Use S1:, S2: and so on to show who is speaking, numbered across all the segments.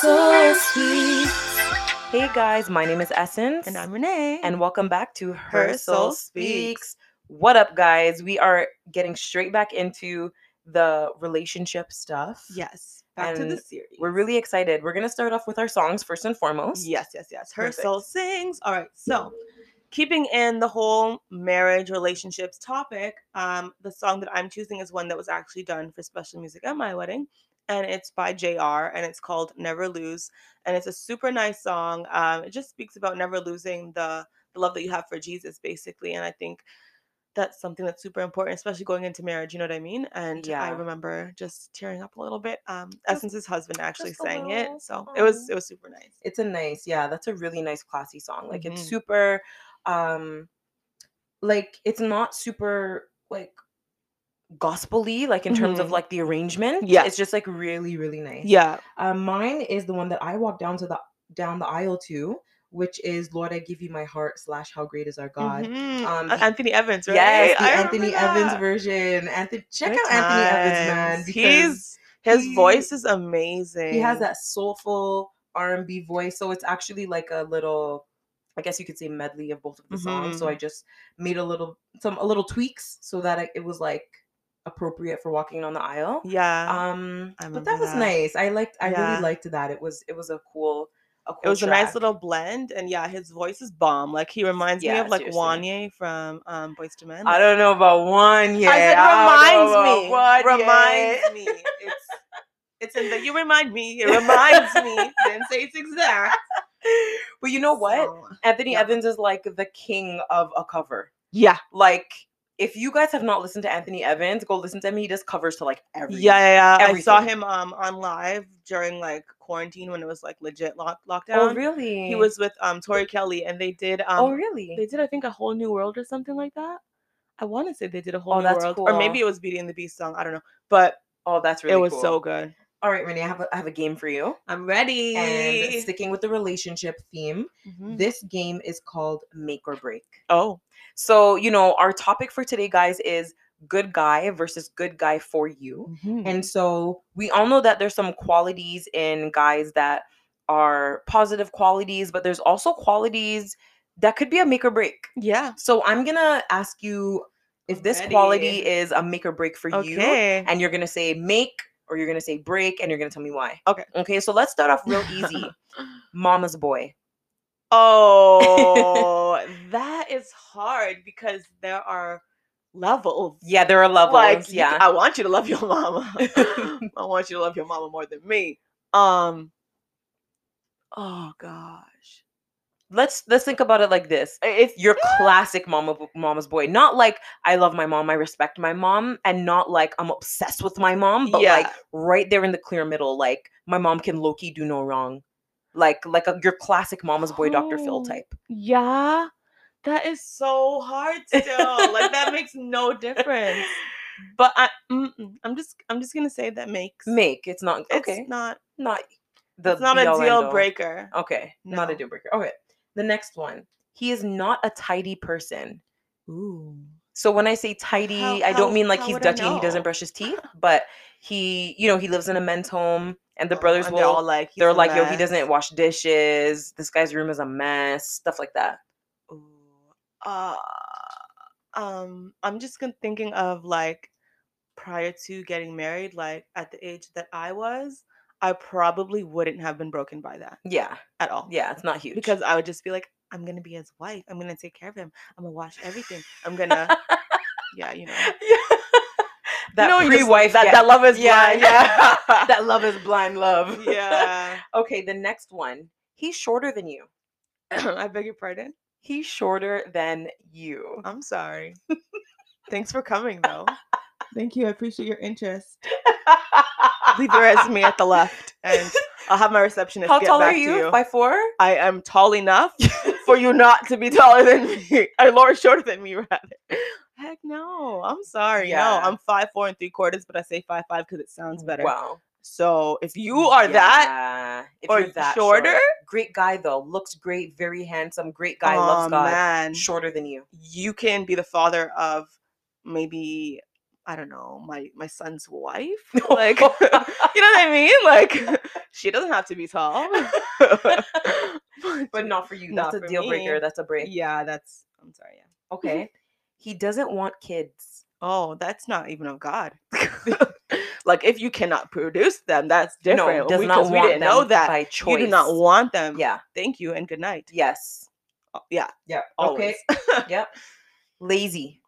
S1: so sweet. Hey guys, my name is Essence.
S2: And I'm Renee.
S1: and welcome back to
S2: Her
S1: Her
S2: Soul
S1: Soul Speaks. What up, guys? We are getting straight back into the relationship stuff.
S2: yes, back to the
S1: And
S2: series.
S1: We're really excited. We're going to start off with our songs first and foremost.
S2: yes, yes, yes. Her
S1: Perfect.
S2: soul sings. All right, so keeping in the whole marriage relationships topic, um, the song that I'm choosing is one that was actually done for special music at my wedding, and it's by Jr. and it's called "Never Lose," and it's a super nice song. Um, it just speaks about never losing the the love that you have for Jesus, basically, and I think. That's something that's super important, especially going into marriage. You know what I mean? And I
S1: Yeah.
S2: remember just tearing up a little bit. Um, Essence's husband actually
S1: just a
S2: sang
S1: little.
S2: it, so it was
S1: Aw.
S2: it was super nice.
S1: It's a nice, yeah, that's a really nice classy song. Like
S2: Mhm.
S1: it's super um like it's not super like gospel-y like in terms
S2: Mhm.
S1: of like the arrangement.
S2: Yeah.
S1: It's just like really really nice.
S2: Yeah.
S1: Uh, mine is the one that I walk down to the down the aisle to, which is "Lord, I give you my heart" slash "How great is our God."
S2: Mhm.
S1: Um,
S2: A-
S1: he-
S2: Anthony Evans, right?
S1: Yes, the
S2: I remember
S1: Anthony
S2: that.
S1: Evans version. Anthony, check
S2: Good
S1: out Anthony Evans, man.
S2: times.
S1: because
S2: He's his
S1: he-
S2: voice is amazing.
S1: he has that soulful R and B voice, so it's actually like a little, I guess you could say medley of both of the songs. So
S2: Mhm.
S1: I just made a little some a little tweaks so that it, it was like appropriate for walking down the aisle
S2: Yeah.
S1: um
S2: I
S1: but that
S2: remember
S1: was
S2: that.
S1: nice i liked i
S2: Yeah.
S1: really liked that it was it was a cool a cool
S2: it was a nice
S1: track.
S2: little blend, and yeah, his voice is bomb. Like he reminds me
S1: Yeah,
S2: of like
S1: seriously.
S2: Wanye from um, Boys to Men.
S1: i
S2: Like,
S1: don't know about one yet
S2: I said reminds me. reminds
S1: reminds
S2: me. It's it's in the you remind me. It reminds me. Didn't say it's exact.
S1: but you know what
S2: So,
S1: anthony
S2: yeah.
S1: evans is like the king of a cover
S2: yeah.
S1: like if you guys have not listened to anthony evans go listen to him he does covers to like every
S2: Yeah, yeah, yeah. I saw
S1: everything.
S2: him um on live during like quarantine when it was like legit lock- lockdown.
S1: oh really
S2: He was with um Tori Kelly and they did um
S1: oh really
S2: they did I think a whole new world or something like that. I want to say they did a whole
S1: Oh,
S2: new
S1: that's
S2: world or maybe it was Beauty and the Beast song. I don't know, but
S1: oh that's really
S2: it was
S1: cool.
S2: so good.
S1: all right renee i have a, I have a game for you
S2: I'm ready.
S1: and sticking with the relationship theme
S2: Mhm.
S1: This game is called Make or Break.
S2: oh,
S1: So, you know, our topic for today, guys, is good guy versus good guy for you.
S2: and
S1: And so we all know that there's some qualities in guys that are positive qualities, but there's also qualities that could be a make or break.
S2: yeah,
S1: So I'm going to ask you if this
S2: Alrighty.
S1: quality is a make or break for you.
S2: okay.
S1: And you're going to say make or you're going to say break and you're going to tell me why.
S2: Okay.
S1: Okay. So let's start off real easy. Mama's boy.
S2: oh, that is hard because there are levels.
S1: Yeah, there are levels.
S2: Like, you-
S1: yeah.
S2: I want you to love your mama. I want you to love your mama more than me. Um. Oh gosh.
S1: let's let's think about it like this
S2: It's
S1: your classic mama b- mama's boy not like i love my mom i respect my mom and not like i'm obsessed with my mom but like
S2: Yeah.
S1: right there in the clear middle like my mom can low-key do no wrong like like a, your classic mama's boy dr phil
S2: Oh.
S1: type
S2: yeah. That is so hard still. like that makes no difference. But I, mm-mm, I'm just, I'm just gonna say that makes.
S1: make it's not
S2: It's
S1: okay
S2: not.
S1: not the
S2: it's not a
S1: be-all,
S2: deal
S1: end-all.
S2: breaker.
S1: okay not a
S2: No.
S1: deal breaker okay the next one he is not a tidy person
S2: Ooh.
S1: So when I say tidy,
S2: How-
S1: I
S2: how-
S1: don't mean like
S2: how
S1: he's
S2: would I
S1: Dutchy and he doesn't
S2: know?
S1: brush his teeth, but he, you know, he lives in a men's home and the brothers
S2: Oh, and
S1: will
S2: they're all like, "He's
S1: they're
S2: a
S1: like, yo, he
S2: mess."
S1: doesn't wash dishes, this guy's room is a mess, stuff like that.
S2: Ooh. Uh, um, I'm just gon- thinking of like prior to getting married, like at the age that I was, I probably wouldn't have been broken by that
S1: Yeah.
S2: at all.
S1: Yeah, it's not huge.
S2: Because I would just be like, I'm gonna be his wife. I'm gonna take care of him. I'm gonna wash everything. I'm gonna, yeah, you know,
S1: that
S2: you know, you're just like,
S1: pre-wife
S2: that,
S1: yeah.
S2: that love is
S1: Yeah,
S2: blind.
S1: yeah. that love is blind love.
S2: yeah.
S1: okay, the next one. He's shorter than you.
S2: I beg your pardon.
S1: He's shorter than you.
S2: I'm sorry. Thanks for coming though. Thank you. I appreciate your interest. Leave your resume at the left, and I'll have my receptionist.
S1: How
S2: get
S1: tall
S2: back
S1: are
S2: to
S1: you?
S2: you?
S1: By four?
S2: I am tall enough for you not to be taller than me, or lower shorter than me, rather. Heck no, I'm sorry.
S1: Yeah.
S2: No, I'm five four and three quarters, but I say five five because it sounds better.
S1: Wow.
S2: So if you are that,
S1: Yeah, if
S2: or
S1: you're that
S2: shorter?
S1: short. great guy though, looks great, very handsome, great guy,
S2: oh,
S1: loves God,
S2: man,
S1: shorter than you.
S2: you can be the father of maybe I don't know, my my son's wife. Like, you know what I mean? Like, she doesn't have to be tall.
S1: but not for you.
S2: Not
S1: That's a
S2: for
S1: deal breaker.
S2: me.
S1: That's a break.
S2: yeah, that's. I'm sorry. Yeah.
S1: Okay. he doesn't want kids.
S2: Oh, that's not even of God. like, if you cannot produce them, that's different.
S1: No, does
S2: we,
S1: not
S2: 'cause
S1: want
S2: we didn't
S1: them
S2: know that.
S1: by choice.
S2: You do not want them.
S1: Yeah.
S2: Thank you and good night.
S1: Yes.
S2: Oh, Yeah.
S1: Yeah.
S2: Always.
S1: Okay. yep. Lazy.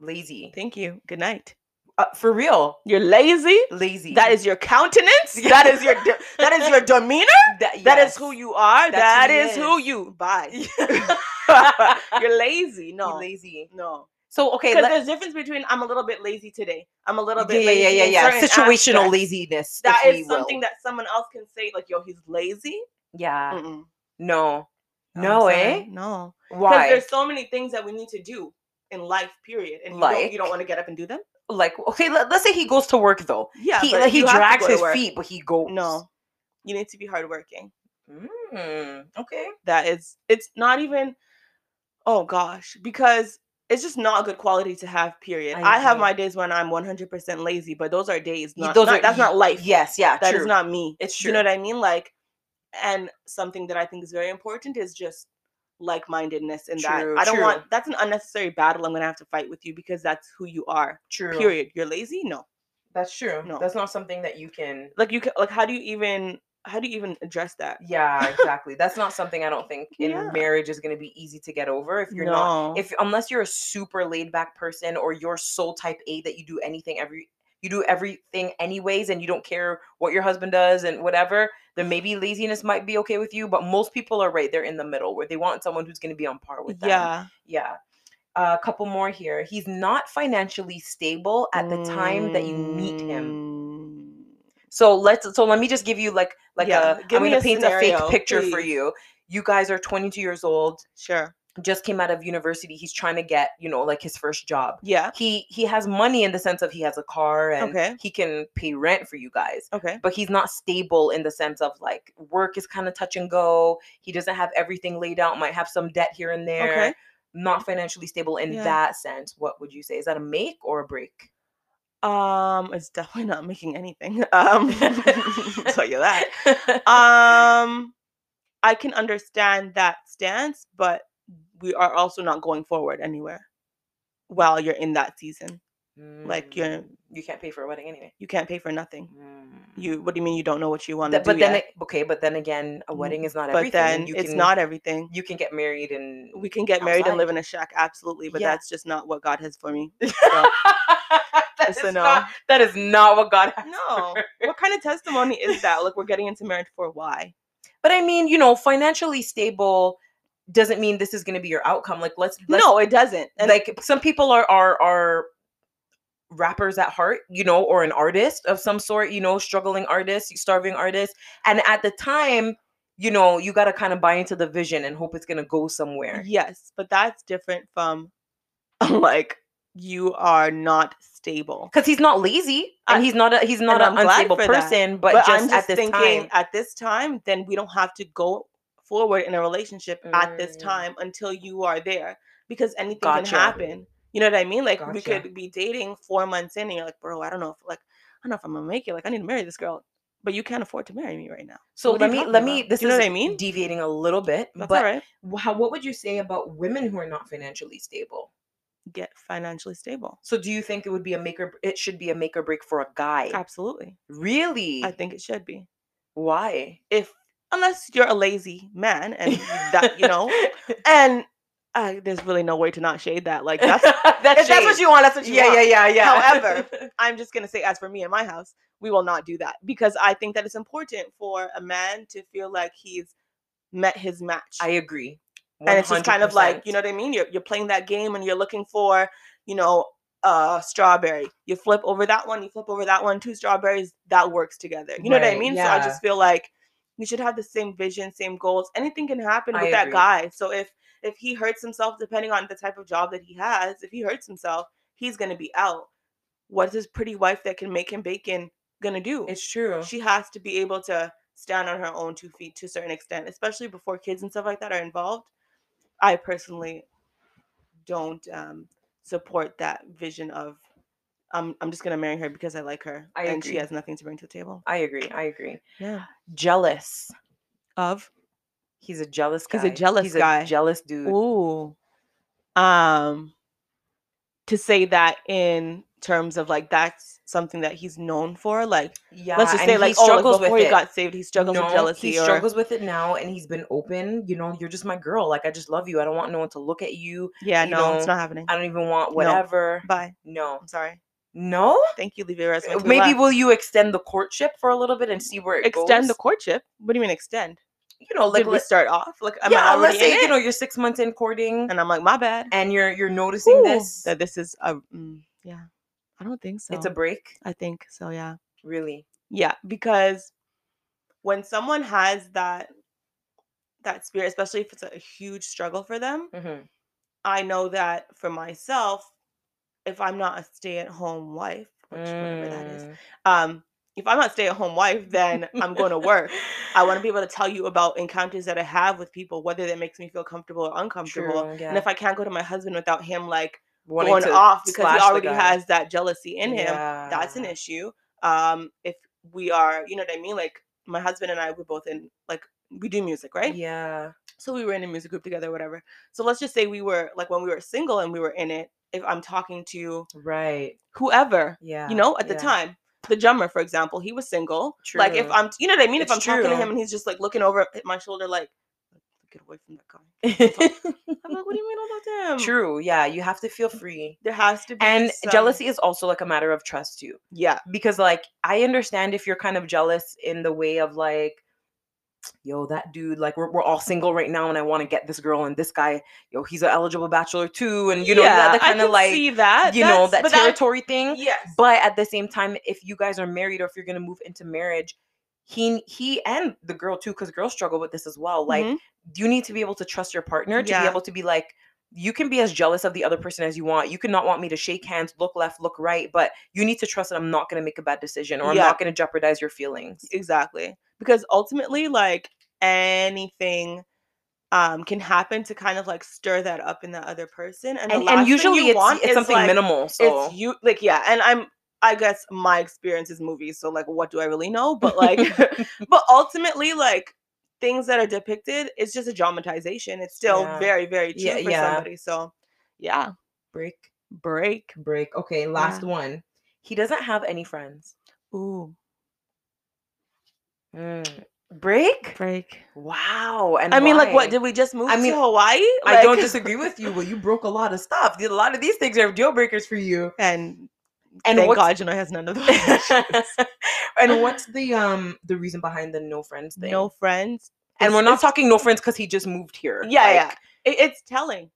S1: Lazy.
S2: Thank you. Good night.
S1: Uh, for real.
S2: You're lazy.
S1: Lazy.
S2: That is your countenance. That is your de- that is your demeanor.
S1: That,
S2: That is who you are.
S1: That's
S2: That
S1: who he
S2: is who
S1: is.
S2: you. Bye.
S1: yes.
S2: You're lazy.
S1: Be
S2: No.
S1: lazy.
S2: No.
S1: So okay,
S2: Because
S1: let-
S2: there's difference between I'm a little bit lazy today. I'm a little bit
S1: yeah,
S2: lazy.
S1: yeah, yeah,
S2: in
S1: yeah, yeah.
S2: certain
S1: Situational
S2: aspects.
S1: laziness.
S2: That
S1: if
S2: is
S1: we will.
S2: something that someone else can say, like, yo, he's lazy.
S1: Yeah.
S2: Mm-mm.
S1: No.
S2: I'm
S1: No,
S2: sorry.
S1: eh?
S2: No. Because
S1: Why?
S2: there's so many things that we need to do in life, period. And you don't, you don't
S1: Like?
S2: want to get up and do them?
S1: Like, okay, let, us say he goes to work though.
S2: Yeah.
S1: he
S2: but
S1: like, he
S2: you have to
S1: drags
S2: go to
S1: his
S2: work.
S1: feet, but he goes.
S2: No. You need to be hardworking.
S1: Mm, okay.
S2: that is it's not even oh gosh because it's just not a good quality to have period
S1: I
S2: i, have
S1: agree.
S2: my days when i'm 100% lazy but those are days
S1: Ye-
S2: not,
S1: those
S2: not-
S1: are
S2: that's
S1: ye-
S2: not life
S1: Yes. Yeah.
S2: That is
S1: true.
S2: not me
S1: It's
S2: you know
S1: true.
S2: what i mean like and something that i think is very important is just like-mindedness in that
S1: True,
S2: i don't
S1: true.
S2: want that's an unnecessary battle i'm gonna have to fight with you because that's who you are
S1: true.
S2: period you're lazy no
S1: That's true.
S2: No.
S1: That's not something that you can.
S2: like you can like how do you even how do you even address that
S1: Yeah, exactly. That's not something I don't think in
S2: Yeah.
S1: marriage is going to be easy to get over if you're not if unless you're a super laid back person or you're so type A that you do anything every you do everything anyways and you don't care what your husband does and whatever, then maybe laziness might be okay with you. But most people are right there in the middle where they want someone who's gonna be on par with them.
S2: yeah
S1: Yeah. A couple more here. He's not financially stable at the time that you meet
S2: Mm.
S1: him. Mm,
S2: him.
S1: So let's so let me just give you like like
S2: Yeah,
S1: a
S2: give
S1: I'm
S2: me
S1: gonna
S2: a
S1: paint a
S2: scenario,
S1: fake picture for
S2: please.
S1: you. You guys are 22 years old
S2: Sure.
S1: just came out of university he's trying to get you know like his first job
S2: Yeah.
S1: he he has money in the sense of he has a car and
S2: Okay.
S1: he can pay rent for you guys
S2: Okay.
S1: but he's not stable in the sense of like work is kind of touch and go he doesn't have everything laid out might have some debt here and there
S2: Okay.
S1: not financially stable in
S2: Yeah.
S1: that sense what would you say is that a make or a break
S2: Um, it's definitely not making anything. Um, I'll tell you that. uh, Um, I can understand that stance, but we are also not going forward anywhere while you're in that season. like, you're-
S1: Mm, you can't pay for a wedding anyway
S2: You can't pay for nothing.
S1: Mm.
S2: You. What do you mean you don't know what you want to
S1: Th-
S2: do?
S1: but then
S2: yet?
S1: it- okay but then again a
S2: Mm,
S1: wedding is not
S2: but
S1: everything and
S2: then
S1: you
S2: it's
S1: can-
S2: not everything.
S1: you can get married and
S2: We can get married and
S1: outside.
S2: live in a shack, absolutely, but
S1: Yeah.
S2: that's just not what God has for me.
S1: that,
S2: It's
S1: is
S2: a no.
S1: not, that is not what God has.
S2: No.
S1: for her.
S2: what kind of testimony is that? Like we're getting into marriage for why?
S1: But I mean, you know, financially stable doesn't mean this is going to be your outcome. Like, let's, let's
S2: no, it doesn't. And like
S1: like some people are are are rappers at heart, you know, or an artist of some sort, you know, struggling artist, starving artist, and at the time, you know, you got to kind of buy into the vision and hope it's going to go somewhere.
S2: yes, but that's different from like you are not stable.
S1: Because he's not lazy, and
S2: I-
S1: he's not a he's not
S2: and
S1: an
S2: I'm glad
S1: unstable
S2: for that.
S1: person, but, just, at this time,
S2: at this time, then we don't have to go forward in a relationship at this
S1: Mm.
S2: time until you are there because anything
S1: Gotcha.
S2: can happen. You know what I mean? Like we
S1: Gotcha.
S2: could be dating four months in, and you're like, bro, I don't know if like I don't know if I'm gonna make it. Like I need to marry this girl, but you can't afford to marry me right now.
S1: So
S2: What are
S1: let
S2: you
S1: me
S2: talking
S1: let me
S2: about?
S1: this
S2: you know
S1: is
S2: what I mean?
S1: deviating a little bit,
S2: That's
S1: but
S2: all right.
S1: wh- how, what would you say about women who are not financially stable?
S2: Get financially stable.
S1: So do you think it would be a maker it should be a make or break for a guy?
S2: Absolutely.
S1: Really?
S2: I think it should be.
S1: Why?
S2: If unless you're a lazy man and you- that you know and uh, there's really no way to not shade that. Like that's if that's what
S1: shade.
S2: you want, that's what you
S1: Yeah,
S2: want.
S1: yeah, yeah, yeah.
S2: However, I'm just gonna say, as for me and my house, we will not do that because I think that it's important for a man to feel like he's met his match.
S1: I agree.
S2: and it's just kind of like, you know
S1: 100%.
S2: what I mean? You're you're playing that game and you're looking for, you know, uh strawberry. You flip over that one, you flip over that one, two strawberries, that works together. You know what I
S1: Right,
S2: mean? So I
S1: yeah.
S2: just feel like we should have the same vision, same goals. Anything can happen
S1: I
S2: with that
S1: agree.
S2: guy. So if if he hurts himself, depending on the type of job that he has, if he hurts himself, he's gonna be out. What's his pretty wife that can make him bacon gonna do?
S1: it's true.
S2: she has to be able to stand on her own two feet to a certain extent, especially before kids and stuff like that are involved. I personally don't um, support that vision of I'm I'm just gonna marry her because I like her
S1: I
S2: and she
S1: agree.
S2: has nothing to bring to the table.
S1: I agree. I agree.
S2: Yeah.
S1: Jealous.
S2: Of
S1: He's a jealous guy.
S2: He's a jealous
S1: He's
S2: guy.
S1: A jealous dude.
S2: ooh, um, to say that in terms of like that's something that he's known for. Like
S1: Yeah.
S2: let's just
S1: and
S2: say like
S1: he
S2: oh like,
S1: struggles
S2: before
S1: with
S2: he
S1: it.
S2: got saved, he struggles with jealousy
S1: He
S2: or
S1: struggles with it now, and he's been open. You know, you're just my girl. Like I just love you. I don't want no one to look at you.
S2: yeah,
S1: you
S2: no, it's
S1: know,
S2: not happening.
S1: I don't even want whatever.
S2: Bye.
S1: No,
S2: I'm sorry.
S1: no.
S2: Thank you, leave your resume. to the
S1: Maybe
S2: left.
S1: will you extend the courtship for a little bit and see where it
S2: extend the
S1: goes?
S2: courtship. What do you mean extend?
S1: You know, like
S2: Did we
S1: let-
S2: start off? Like am I
S1: yeah.
S2: already
S1: Let's say
S2: in
S1: you
S2: it?
S1: know you're six months in courting,
S2: and I'm like my bad.
S1: and you're you're noticing
S2: Ooh,
S1: this.
S2: that this is a mm, yeah. I don't think so.
S1: It's a break,
S2: I think so. Yeah.
S1: really.
S2: Yeah, because when someone has that that spirit, especially if it's a huge struggle for them,
S1: hmm
S2: I know that for myself, if I'm not a stay-at-home wife, which whatever that is,
S1: Mm.
S2: um, if I'm not a stay-at-home wife, then I'm going to work. I want to be able to tell you about encounters that I have with people, whether that makes me feel comfortable or uncomfortable.
S1: True, yeah.
S2: And if I can't go to my husband without him like
S1: Wanting
S2: going
S1: to
S2: off because
S1: slash
S2: he
S1: the
S2: already
S1: guy.
S2: has that jealousy in him, that's an
S1: Yeah.
S2: issue. Um, if we are, you know what I mean? Like my husband and I, we're both in like we do music, right?
S1: Yeah.
S2: So we were in a music group together, whatever. So let's just say we were like when we were single and we were in it. If I'm talking to
S1: Right.
S2: whoever,
S1: Yeah.
S2: you know, at the
S1: yeah.
S2: time, the drummer, for example, he was single. Like if
S1: True.
S2: I'm, you know what I mean?
S1: It's
S2: if I'm talking to
S1: true.
S2: him and he's just like looking over at my shoulder, like get away from that guy. I'm like, what do you mean about him?
S1: True. Yeah. You have to feel free.
S2: There has to be
S1: And
S2: some-
S1: jealousy is also like a matter of trust too.
S2: Yeah,
S1: Because like I understand if you're kind of jealous in the way of like, yo, that dude, like we're, we're all single right now and I want to get this girl and this guy, yo, he's an eligible bachelor too. And you know,
S2: yeah,
S1: that, that
S2: I
S1: kind of
S2: can
S1: like
S2: see that.
S1: you know,
S2: That's-
S1: that
S2: but that's-
S1: territory thing.
S2: Yes.
S1: But at the same time, if you guys are married or if you're gonna move into marriage, he he and the girl too, because girls struggle with this as well. Like
S2: Mhm.
S1: you need to be able to trust your partner to
S2: Yeah.
S1: be able to be like you can be as jealous of the other person as you want you cannot want me to shake hands look left look right but you need to trust that i'm not going to make a bad decision or i'm
S2: Yeah.
S1: not going to jeopardize your feelings
S2: exactly. Because ultimately, like anything um can happen to kind of like stir that up in the other person. And, the
S1: and,
S2: last
S1: and usually
S2: thing you
S1: it's,
S2: want
S1: it's
S2: is,
S1: something
S2: like,
S1: minimal so
S2: It's you like yeah, and I'm I guess my experience is movies, so like what do I really know? But like but ultimately like things that are depicted, it's just a dramatization. It's still
S1: Yeah.
S2: very, very true
S1: Yeah,
S2: for
S1: yeah.
S2: somebody. So yeah.
S1: break
S2: Break.
S1: break okay last one he doesn't have any friends
S2: Ooh.
S1: Mm. break
S2: Break.
S1: wow and
S2: I mean, like,
S1: why?
S2: what did we just move
S1: mean,
S2: to Hawaii?
S1: I don't
S2: Like-
S1: disagree with you. Well, you broke a lot of stuff. A lot of these things are deal breakers for you.
S2: And
S1: And
S2: thank
S1: what's
S2: God Janoi has none of those.
S1: and what's the um the reason behind the no friends thing?
S2: no friends.
S1: and
S2: it's-
S1: we're not
S2: it's-
S1: talking no friends because he just moved here.
S2: Yeah, yeah.
S1: Like,
S2: It, it's telling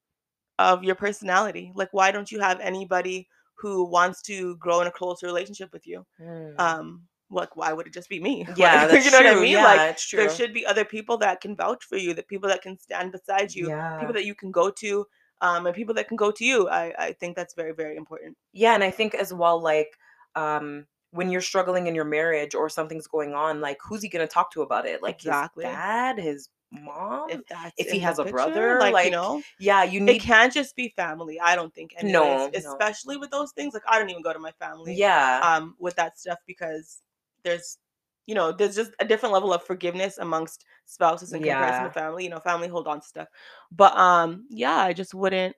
S2: of your personality. Like, why don't you have anybody who wants to grow in a closer relationship with you?
S1: hmm.
S2: Um, like, why would it just be me? Like,
S1: yeah, that's
S2: you know
S1: true.
S2: what I mean.
S1: Yeah,
S2: like,
S1: it's true.
S2: there should be other people that can vouch for you, the people that can stand beside you,
S1: yeah.
S2: people that you can go to, um, and people that can go to you. I, I think that's very, very important.
S1: yeah, and I think as well, like, um, when you're struggling in your marriage or something's going on, like, who's he gonna talk to about it? Like
S2: Exactly.
S1: his dad, his mom.
S2: that's
S1: if
S2: in
S1: he
S2: the
S1: has a brother,
S2: like, you
S1: like,
S2: know,
S1: yeah, you
S2: it
S1: need.
S2: can't just be family. I don't think. Anyways,
S1: No, no.
S2: especially with those things. Like I don't even go to my family.
S1: Yeah,
S2: Um, with that stuff because there's, you know, there's just a different level of forgiveness amongst spouses in comparison
S1: Yeah.
S2: to family. You know, family hold on to stuff, but um, yeah, I just wouldn't.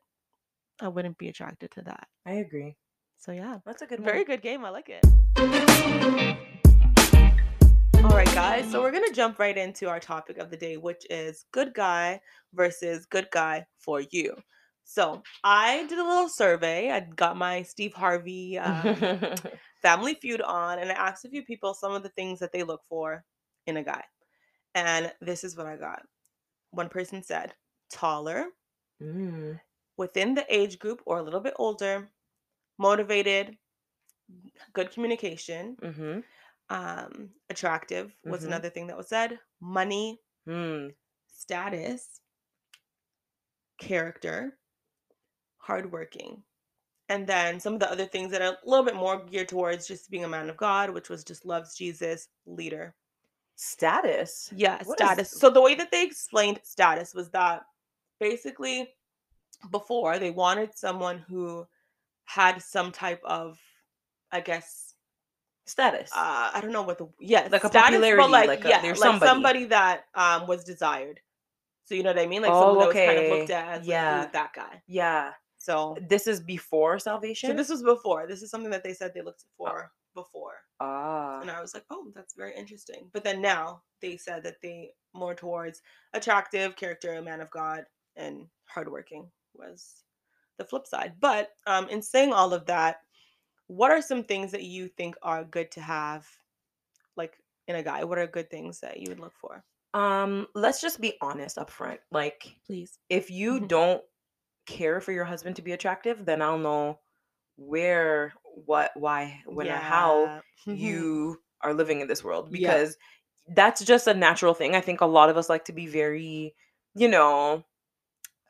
S2: I wouldn't be attracted to that.
S1: I agree.
S2: So yeah,
S1: That's a good
S2: very good game. I like it. All right, guys. So we're gonna jump right into our topic of the day, which is good guy versus good guy for you. So I did a little survey. I got my Steve Harvey um,
S1: one.
S2: Family Feud on, and I asked a few people some of the things that they look for in a guy. And this is what I got. One person said taller,
S1: Mm.
S2: within the age group or a little bit older, motivated, good communication,
S1: Mm-hmm.
S2: um, attractive was
S1: Mhm.
S2: another thing that was said, money,
S1: Mm.
S2: status, character, hardworking. And then some of the other things that are a little bit more geared towards just being a man of God, which was just loves Jesus, leader.
S1: Status.
S2: Yeah,
S1: What is-
S2: status. So the way that they explained status was that basically before they wanted someone who had some type of, I guess,
S1: Status.
S2: uh, I don't know what the yes,
S1: Like a
S2: status,
S1: popularity,
S2: but like,
S1: like a-
S2: yeah,
S1: there's
S2: like
S1: somebody.
S2: that um was desired. So you know what I mean? Like
S1: Oh,
S2: someone that was kind of
S1: okay.
S2: looked at as yeah.
S1: Yeah.
S2: that guy.
S1: yeah.
S2: So,
S1: This is before
S2: so
S1: salvation.
S2: this was before. This is something that they said they looked
S1: Oh.
S2: for before.
S1: ah.
S2: And I was like, oh, that's very interesting. But then now they said that they more towards attractive character, man of God, and hardworking was the flip side. But um, in saying all of that, what are some things that you think are good to have, like in a guy? What are good things that you would look for?
S1: Um. Let's just be honest up front. Like,
S2: Please.
S1: if you
S2: Mhm.
S1: don't care for your husband to be attractive, then I'll know where, what, why, when, or how
S2: mm-hmm.
S1: you are living in this world
S2: Yeah.
S1: because that's just a natural thing. I think a lot of us like to be very, you know,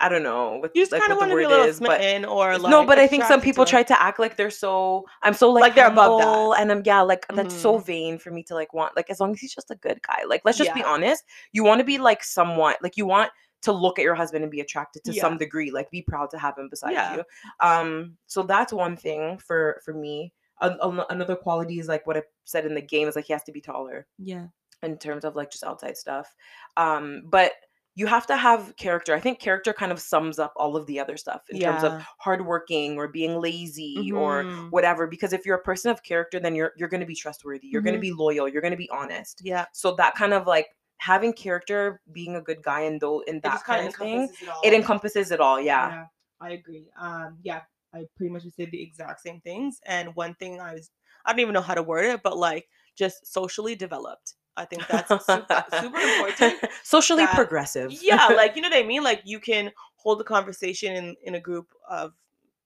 S1: I don't know what
S2: Mm-hmm. you just
S1: like,
S2: kind of
S1: what
S2: want to
S1: the
S2: be
S1: word
S2: a little
S1: is, but
S2: smitten or like
S1: no, but I think some
S2: attracted
S1: people
S2: to.
S1: try to act like they're so I'm so like,
S2: Like they're above that. Mm-hmm.
S1: humble, and I'm yeah, like that's so vain for me to like want like as long as he's just a good guy. Like let's just be
S2: Yeah.
S1: honest, you want to be like somewhat like you want to look at your husband and be attracted to
S2: Yeah.
S1: some degree, like be proud to have him beside
S2: Yeah.
S1: you. Um, so that's one thing for for me. An- an- another quality is like what I said in the game is like he has to be taller
S2: Yeah.
S1: in terms of like just outside stuff. Um, but you have to have character. I think character kind of sums up all of the other stuff in terms of
S2: Yeah.
S1: hardworking or being lazy or
S2: Mhm.
S1: whatever. Because if you're a person of character, then you're you're gonna be trustworthy, you're
S2: Mhm.
S1: gonna be loyal, you're gonna be honest.
S2: Yeah.
S1: So that kind of like having character, being a good guy and though in
S2: It
S1: that
S2: just kinda
S1: kind of thing,
S2: encompasses all.
S1: it encompasses it all. Yeah.
S2: I agree. Um, yeah, I pretty much would say the exact same things. And one thing I was, I don't even know how to word it, but like just socially developed. I think that's su- that's super important.
S1: Socially
S2: that-
S1: progressive.
S2: Yeah, like you know what I mean? Like you can hold a conversation in, in a group of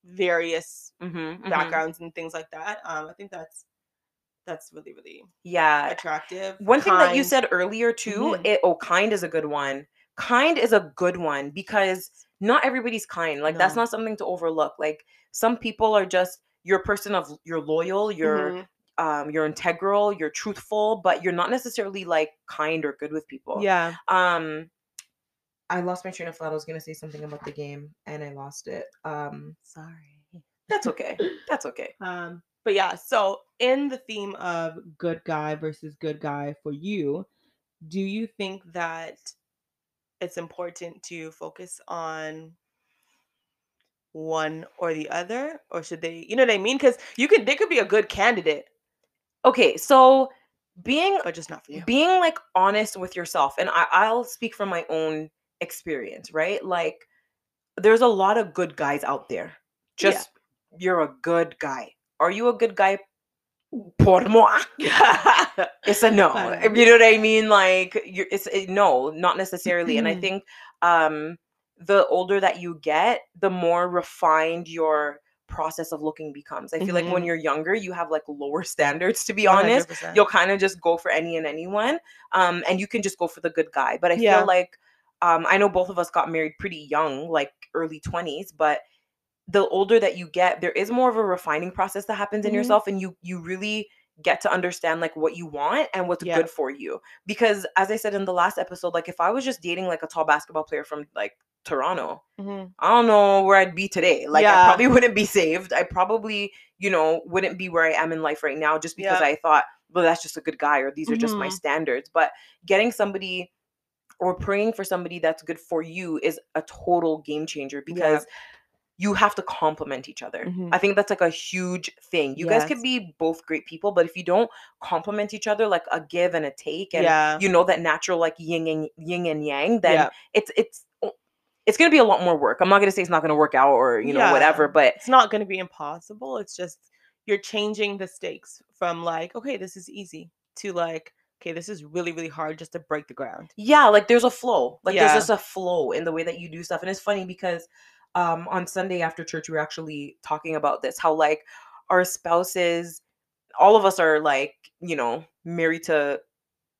S2: various
S1: Mhm, mhm.
S2: backgrounds and things like that. Um, I think that's that's really, really
S1: Yeah.
S2: attractive.
S1: one thing that you
S2: kind.
S1: said earlier too
S2: Mhm.
S1: it oh kind is a good one kind is a good one because not everybody's kind like that's
S2: No.
S1: not something to overlook like some people are just you're a person of you're loyal you're
S2: Mhm.
S1: um you're integral you're truthful but you're not necessarily like kind or good with people
S2: yeah.
S1: um i lost my train of thought i was gonna say something about the game and i lost it um
S2: Sorry.
S1: that's okay that's okay
S2: Um, but yeah, so in the theme of good guy versus good guy for you, do you think that it's important to focus on one or the other, or should they? You know what I mean? Because you could, they could be a good candidate,
S1: okay so being
S2: but just not for you.
S1: being like honest with yourself and I, i'll speak from my own experience right like there's a lot of good guys out there
S2: Yeah.
S1: just you're a good guy are you a good guy por moi it's a no
S2: Fine.
S1: you know what i mean like you it's a no not necessarily and i
S2: Mhm.
S1: think um the older that you get the more refined your process of looking becomes i feel like when
S2: Mhm.
S1: you're younger you have like lower standards to be honest
S2: 100%.
S1: you'll kind of just go for any and anyone um and you can just go for the good guy but i
S2: Yeah.
S1: feel like um i know both of us got married pretty young like early 20s but the older that you get there is more of a refining process that happens in
S2: Mhm.
S1: yourself and you you really get to understand like what you want and what's
S2: Yeah.
S1: good for you because as i said in the last episode like if i was just dating like a tall basketball player from like toronto
S2: Mhm.
S1: I don't know where I'd be today. Like
S2: Yeah.
S1: I probably wouldn't be saved. I probably, you know, wouldn't be where I am in life right now just because
S2: Yeah.
S1: I thought, well, that's just a good guy or these are just my
S2: Mhm.
S1: standards. But getting somebody or praying for somebody that's good for you is a total game changer
S2: Yeah.
S1: because you have to complement each other.
S2: Mhm.
S1: I think that's like a huge thing. You guys
S2: Yes.
S1: could be both great people, but if you don't complement each other like a give and a take and
S2: Yeah.
S1: you know that natural like yin and yin and yang, then
S2: yeah.
S1: it's it's it's gonna be a lot more work. I'm not gonna say it's not gonna work out or you know
S2: Yeah.
S1: whatever, but
S2: it's not going to be impossible. It's just you're changing the stakes from like, okay, this is easy to like, okay, this is really, really hard just to break the ground.
S1: yeah, like there's a flow. Like
S2: Yeah.
S1: there's just a flow in the way that you do stuff, and it's funny because um on Sunday after church we were actually talking about this how like our spouses, all of us are like you know married to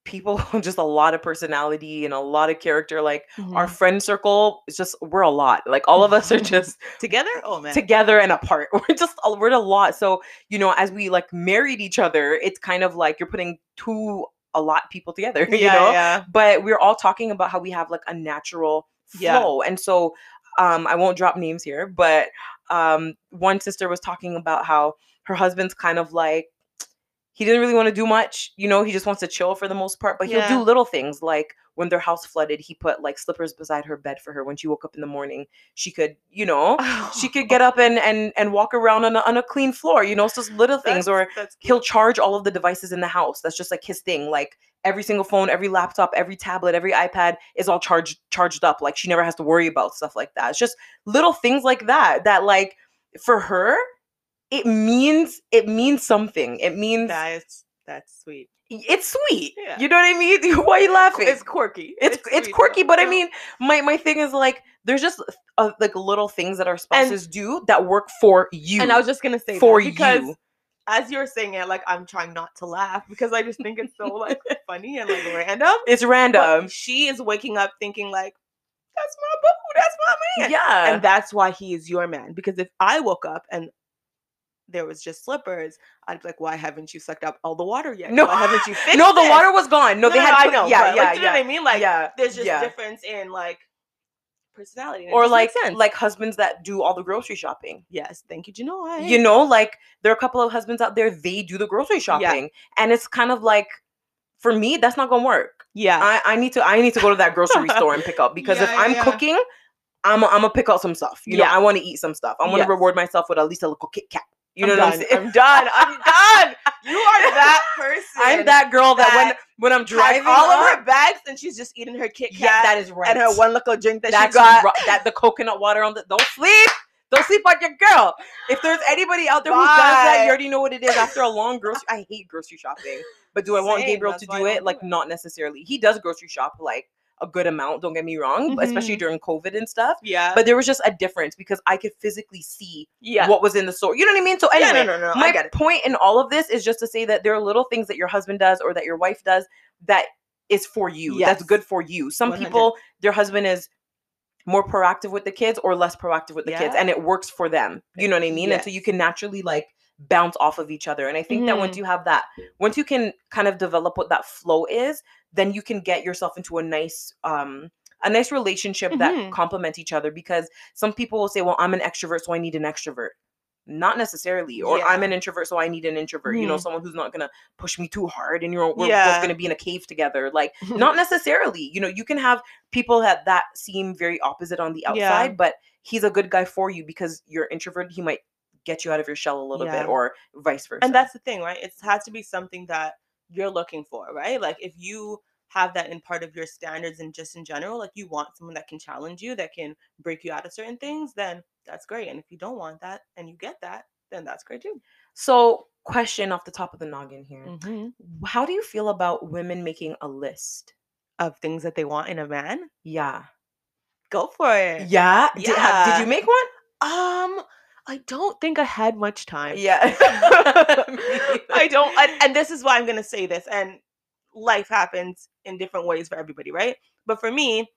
S1: people with just a lot of personality and a lot of character like
S2: Mm-hmm.
S1: our friend circle is just we're a lot like all of us are just
S2: together, oh man,
S1: together and apart. We're just a- we're a lot. So you know, as we like married each other, it's kind of like you're putting two a lot people together. You
S2: yeah,
S1: know,
S2: yeah,
S1: but we're all talking about how we have like a natural
S2: Yeah.
S1: flow, and so um, I won't drop names here, but um, one sister was talking about how her husband's kind of like he didn't really want to do much. You know, he just wants to chill for the most part, but
S2: Yeah.
S1: he'll do little things like when their house flooded, he put like slippers beside her bed for her when she woke up in the morning. She could, you know, she could get up and and and walk around on a, on a clean floor, you know, so it's little things or
S2: that's
S1: he'll charge all of the devices in the house. That's just like his thing. Like every single phone, every laptop, every tablet, every iPad is all charged charged up. Like she never has to worry about stuff like that. It's just little things like that that like for her it means it means something. It means
S2: that is that's sweet.
S1: it's sweet.
S2: Yeah.
S1: You know what I mean? Why are you laughing?
S2: It's quirky.
S1: It's it's,
S2: sweet,
S1: quirky,
S2: though.
S1: but I
S2: No.
S1: mean, my my thing is like there's just uh, like little things that our spouses do that work for you.
S2: and I was just gonna say
S1: for
S2: that because
S1: you.
S2: as you're saying it, like I'm trying not to laugh because I just think it's so like funny and like random.
S1: it's
S2: But
S1: random.
S2: she is waking up thinking like, "That's my boo. That's my man."
S1: yeah.
S2: and that's why he is your man. Because if I woke up and there was just slippers, I'd be like, "Why haven't you sucked up all the water yet?
S1: No.
S2: Why haven't you fixed
S1: no, the
S2: this?"
S1: water was gone. No, they had.
S2: I
S1: put-
S2: know.
S1: Yeah,
S2: but,
S1: yeah,
S2: like, you
S1: yeah.
S2: know what I mean? Like,
S1: yeah.
S2: there's just
S1: yeah.
S2: difference in like personality, and it
S1: Or
S2: just
S1: like
S2: makes sense.
S1: like husbands that do all the grocery shopping.
S2: yes, thank you, Janoi.
S1: You know, like there are a couple of husbands out there they do the grocery shopping, and it's kind of like, for me, that's not gonna work.
S2: yeah,
S1: I, I need to I need to go to that grocery store and pick up because if
S2: Yeah, yeah,
S1: I'm
S2: yeah.
S1: cooking, I'm i I'm gonna pick up some stuff. You know,
S2: Yeah.
S1: I want to eat some stuff. I want to
S2: Yes.
S1: reward myself with at least a little Kit Kat. You know
S2: I'm
S1: what
S2: done.
S1: I'm saying?
S2: I'm done. I'm done. You are that person.
S1: I'm that girl that,
S2: that
S1: when when I'm
S2: Has
S1: driving
S2: all of
S1: up,
S2: her bags, and she's just eating her Kit Kat
S1: yeah, that is right.
S2: and her one little drink that
S1: That's
S2: she got.
S1: ri- that the coconut water on the don't sleep. Don't sleep on your girl. If there's anybody out there who does that,
S2: Bye.
S1: you already know what it is. After a long grocery, I hate grocery shopping. But do I want
S2: Same,
S1: Gabriel
S2: that's
S1: to
S2: why I
S1: do
S2: don't
S1: it?
S2: do
S1: Like,
S2: it.
S1: not necessarily. He does grocery shop like a good amount. Don't get me wrong, but especially
S2: Mm-hmm.
S1: during COVID and stuff.
S2: Yeah,
S1: But there was just a difference because I could physically see
S2: yeah,
S1: what was in the store. You know what I mean? So anyway,
S2: yeah, no, no, no. I
S1: my
S2: get it.
S1: point in all of this is just to say that there are little things that your husband does or that your wife does that is for you. That's
S2: Yes.
S1: good for you. Some
S2: 100.
S1: people, their husband is more proactive with the kids or less proactive with the kids,
S2: Yeah.
S1: and it works for them. You know what I mean? And so you
S2: Yes. Mm-hmm.
S1: can naturally like bounce off of each other. And I think that once you have that, once you can kind of develop what that flow is, then you can get yourself into a nice um a nice relationship
S2: Mhm.
S1: that complements each other because some people will say, Well, I'm an extrovert, so I need an extrovert. Not necessarily, or I'm
S2: Yeah.
S1: an introvert, so I need an introvert. You know,
S2: Mhm.
S1: someone who's not gonna push me too hard, and you're we're
S2: Yeah.
S1: both gonna be in a cave together. Like, not necessarily. You know, you can have people that that seem very opposite on the
S2: Yeah.
S1: outside, but he's a good guy for you because you're introverted. He might get you out of your shell a little
S2: Yeah.
S1: bit, or vice versa.
S2: and that's the thing, right? It has to be something that you're looking for, right? Like if you have that in part of your standards and just in general, like you want someone that can challenge you, that can break you out of certain things, then that's great. And if you don't want that and you get that, then that's great too.
S1: so. Question off the top of the noggin here:
S2: Mm.
S1: How do you feel about women making a list?
S2: Of things that they want in a man,
S1: Yeah,
S2: go for it.
S1: yeah. Did, ha- did
S2: Eh. Yeah.
S1: you make one?
S2: Um, I don't think I had much time.
S1: Yeah.
S2: I don't, and, and this is why I'm going to say this. And life happens in different ways for everybody, right? But for me,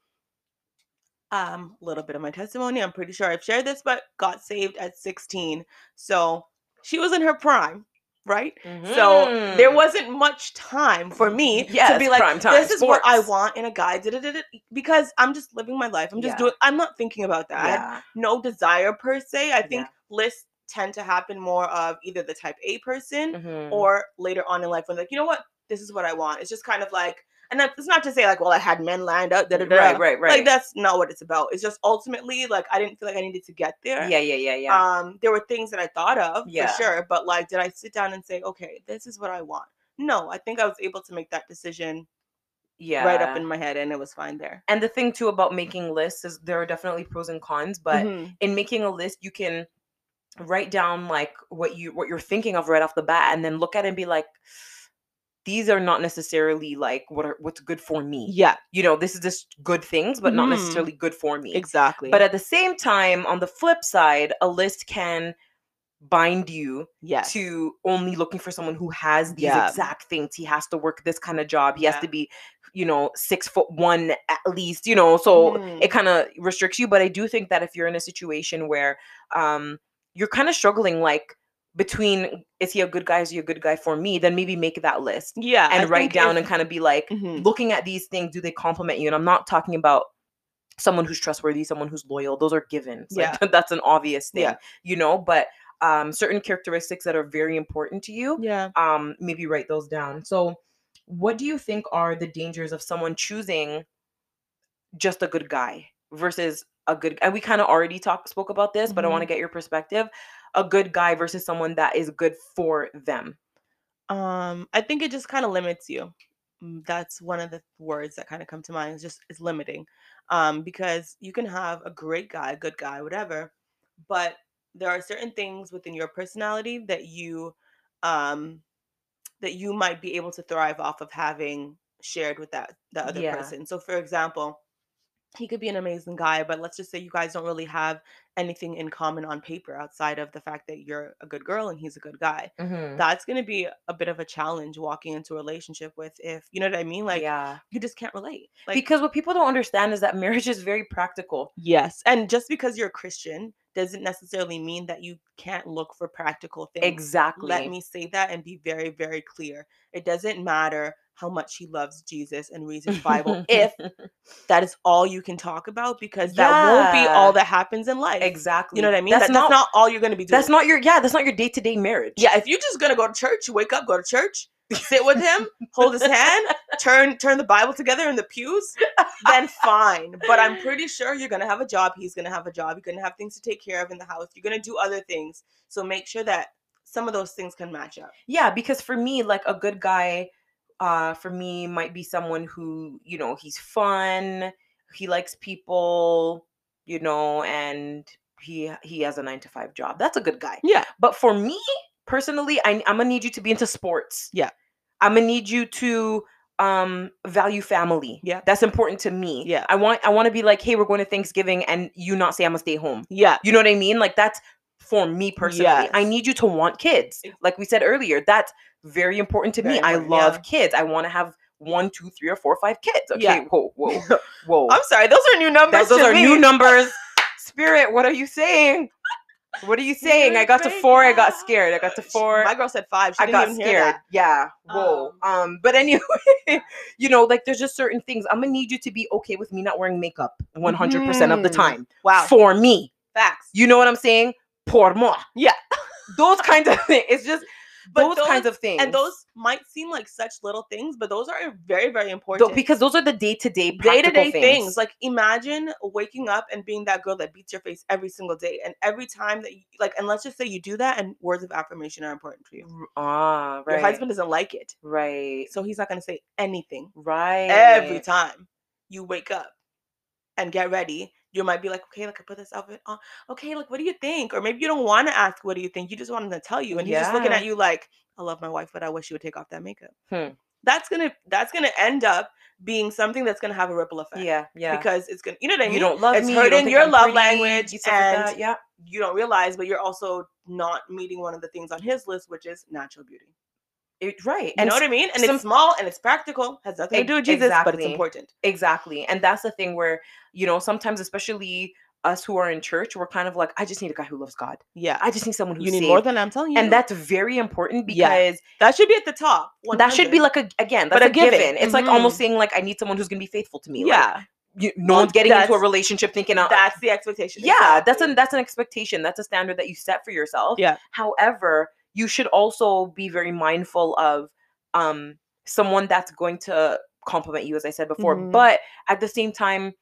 S2: um, a little bit of my testimony. I'm pretty sure I've shared this, but got saved at 16, so she was in her prime, right? So there
S1: Mhm.
S2: wasn't much time for me to
S1: Yes,
S2: be like,
S1: prime time,
S2: this is what I
S1: sports."
S2: want in a guy, da-da-da-da," because I'm just living my life. I'm just
S1: Yeah.
S2: doing. I'm not thinking about that. I had
S1: Yeah.
S2: no desire per se. I think
S1: Yeah.
S2: lists tend to happen more of either the type A person
S1: Mhm.
S2: or later on in life when like, you know what, this is what I want. It's just kind of like, and that- it's not to say like, well, I had men lined up, da da da.
S1: right, right, right.
S2: Like that's not what it's about. It's just ultimately like I didn't feel like I needed to get there.
S1: yeah, yeah, yeah, yeah.
S2: Um, there were things that I thought of
S1: Yeah.
S2: for sure, but like, did I sit down and say, okay, this is what I want? No, I think I was able to make that decision
S1: yeah.
S2: right up in my head, and it was fine there.
S1: And the thing too about making lists is there are definitely pros and cons, but
S2: Mhm.
S1: in making a list, you can write down like what you what you're thinking of right off the bat, and then look at it and be like, these are not necessarily like what are what's good for me.
S2: yeah,
S1: You know, this is just good things, but not
S2: Mhm.
S1: necessarily good for me.
S2: exactly.
S1: But at the same time, on the flip side, a list can bind you
S2: yes,
S1: to only looking for someone who has these
S2: Yeah.
S1: exact things. He has to work this kind of job. He
S2: Yeah.
S1: has to be, you know, six foot one at least, you know, so
S2: Mhm.
S1: it kind of restricts you. But I do think that if you're in a situation where um you're kind of struggling like between is he a good guy, is he a good guy for me, then maybe make that list
S2: yeah, I
S1: and write
S2: think
S1: down
S2: if-
S1: and kind of be like,
S2: Mhm.
S1: looking at these things, do they complement you? And I'm not talking about someone who's trustworthy, someone who's loyal. Those are givens.
S2: Yeah.
S1: Like, that's an obvious thing,
S2: Yeah.
S1: you know, but um, certain characteristics that are very important to you,
S2: Yeah.
S1: um, maybe write those down. So, what do you think are the dangers of someone choosing just a good guy versus a good and we kind of already talked spoke about this, but I
S2: Mm-hmm.
S1: want to get your perspective. A good guy versus someone that is good for them.
S2: Um, I think it just kind of limits you. Mm, That's one of the words that kind of come to mind. Is just is limiting, um, because you can have a great guy, good guy, whatever, but there are certain things within your personality that you, um, that you might be able to thrive off of having shared with that the other
S1: Yeah.
S2: person. So, for example, he could be an amazing guy, but let's just say you guys don't really have anything in common on paper outside of the fact that you're a good girl and he's a good guy that's going to be a bit of a challenge walking into a relationship with if you know what i mean like
S1: yeah.
S2: you just can't relate like
S1: because what people don't understand is that marriage is very practical.
S2: yes and just because you're a christian doesn't necessarily mean that you can't look for practical things
S1: Exactly.
S2: let me say that and be very very clear it doesn't matter how much he loves jesus and reads his bible if that is all you can talk about because that won't be all
S1: Yeah.
S2: that happens in life
S1: exactly.
S2: you know what i mean
S1: That's
S2: That-
S1: not,
S2: that's not all you're going to be doing
S1: that's not your yeah, that's not your day-to-day marriage.
S2: Yeah, if you're just gonna go to church, you wake up, go to church, sit with him, hold his hand, turn turn the Bible together in the pews, then fine. But I'm pretty sure you're gonna have a job. He's gonna have a job. You're gonna have things to take care of in the house. You're gonna do other things. So make sure that some of those things can match up.
S1: yeah because for me like a good guy uh for me might be someone who you know he's fun he likes people you know and he he has a nine to five job that's a good guy
S2: Yeah.
S1: but for me personally I, i'm gonna need you to be into sports
S2: Yeah.
S1: i'm gonna need you to um value family
S2: Yeah.
S1: that's important to me
S2: Yeah.
S1: i want i want to be like hey we're going to thanksgiving and you not say i'm gonna stay home
S2: Yeah.
S1: you know what I mean? Like that's for me personally. I
S2: Yes.
S1: need you to want kids.
S2: Ex-
S1: Like we said earlier, that's very important to
S2: Very
S1: me. I
S2: important,
S1: love
S2: yeah.
S1: kids. I want to have one, two, three, or four, five kids. Okay,
S2: Yeah.
S1: whoa, whoa, whoa.
S2: I'm sorry, those are new numbers.
S1: That- those
S2: to
S1: are
S2: me.
S1: new numbers. Spirit, what are you saying? What are you saying? I got to four. I got scared. I got to four.
S2: My girl said five. She
S1: I
S2: didn't
S1: got
S2: even hear
S1: scared.
S2: that.
S1: Yeah. Whoa. Um, but anyway, you know, like there's just certain things. I'm gonna need you to be okay with me not wearing makeup 100 percent of the
S2: Mhm.
S1: time.
S2: Wow.
S1: For me.
S2: Facts.
S1: You know what I'm saying? Por moi.
S2: Yeah.
S1: Those kinds of things. It's just
S2: But
S1: those, kinds
S2: those-
S1: of things.
S2: And those might seem like such little things, but those are very, very
S1: Tho-
S2: important.
S1: because those are the day-to-day
S2: day to
S1: practical
S2: day things. Like imagine waking up and being that girl that beats your face every single day, and every time that you, like, and let's just say you do that, and words of affirmation are important to you.
S1: R- ah, right.
S2: Your husband doesn't like it,
S1: Right.
S2: so he's not going to say anything.
S1: Right.
S2: Every time you wake up and get ready, you might be like, okay, like I put this outfit on. Okay, like what do you think? Or maybe you don't want to ask, what do you think? You just want him to tell you, and he's just looking
S1: Yeah.
S2: at you like, I love my wife, but I wish you would take off that makeup.
S1: Hmm.
S2: That's gonna that's gonna end up being something that's gonna have a ripple effect
S1: Yeah. Yeah.
S2: because it's gonna you know what I mean.
S1: you don't love
S2: it's
S1: me. you
S2: hurting
S1: don't think
S2: your
S1: I'm
S2: love
S1: pretty,
S2: language
S1: stuff like
S2: and-
S1: that. yeah.
S2: you don't realize, but you're also not meeting one of the things on his list, which is natural beauty.
S1: It- right.
S2: You know what I mean? And
S1: some-
S2: it's small and it's practical, has nothing to
S1: Ex-
S2: do with Jesus, but it's
S1: exactly.
S2: important.
S1: Exactly. And that's the thing where, you know, sometimes especially us who are in church, we're kind of like, I just need a guy who loves God.
S2: Yeah,
S1: I just need someone who's
S2: you need more
S1: saved."
S2: than I'm telling you,
S1: and that's very important because
S2: Yeah. that should be at the top.
S1: that should be
S2: 100.
S1: like a again that's
S2: But a
S1: a, given,
S2: given.
S1: it's like almost saying like i need someone who's gonna be faithful to me like,
S2: Mm-hmm. yeah,
S1: you, no
S2: Well,
S1: one's getting into a
S2: that's-
S1: relationship thinking uh,
S2: that's the expectation.
S1: yeah that's an
S2: exactly.
S1: that's an expectation that's a standard that you set for yourself
S2: Yeah.
S1: however you should also be very mindful of um someone that's going to compliment you as i said before
S2: Mhm.
S1: but at the same time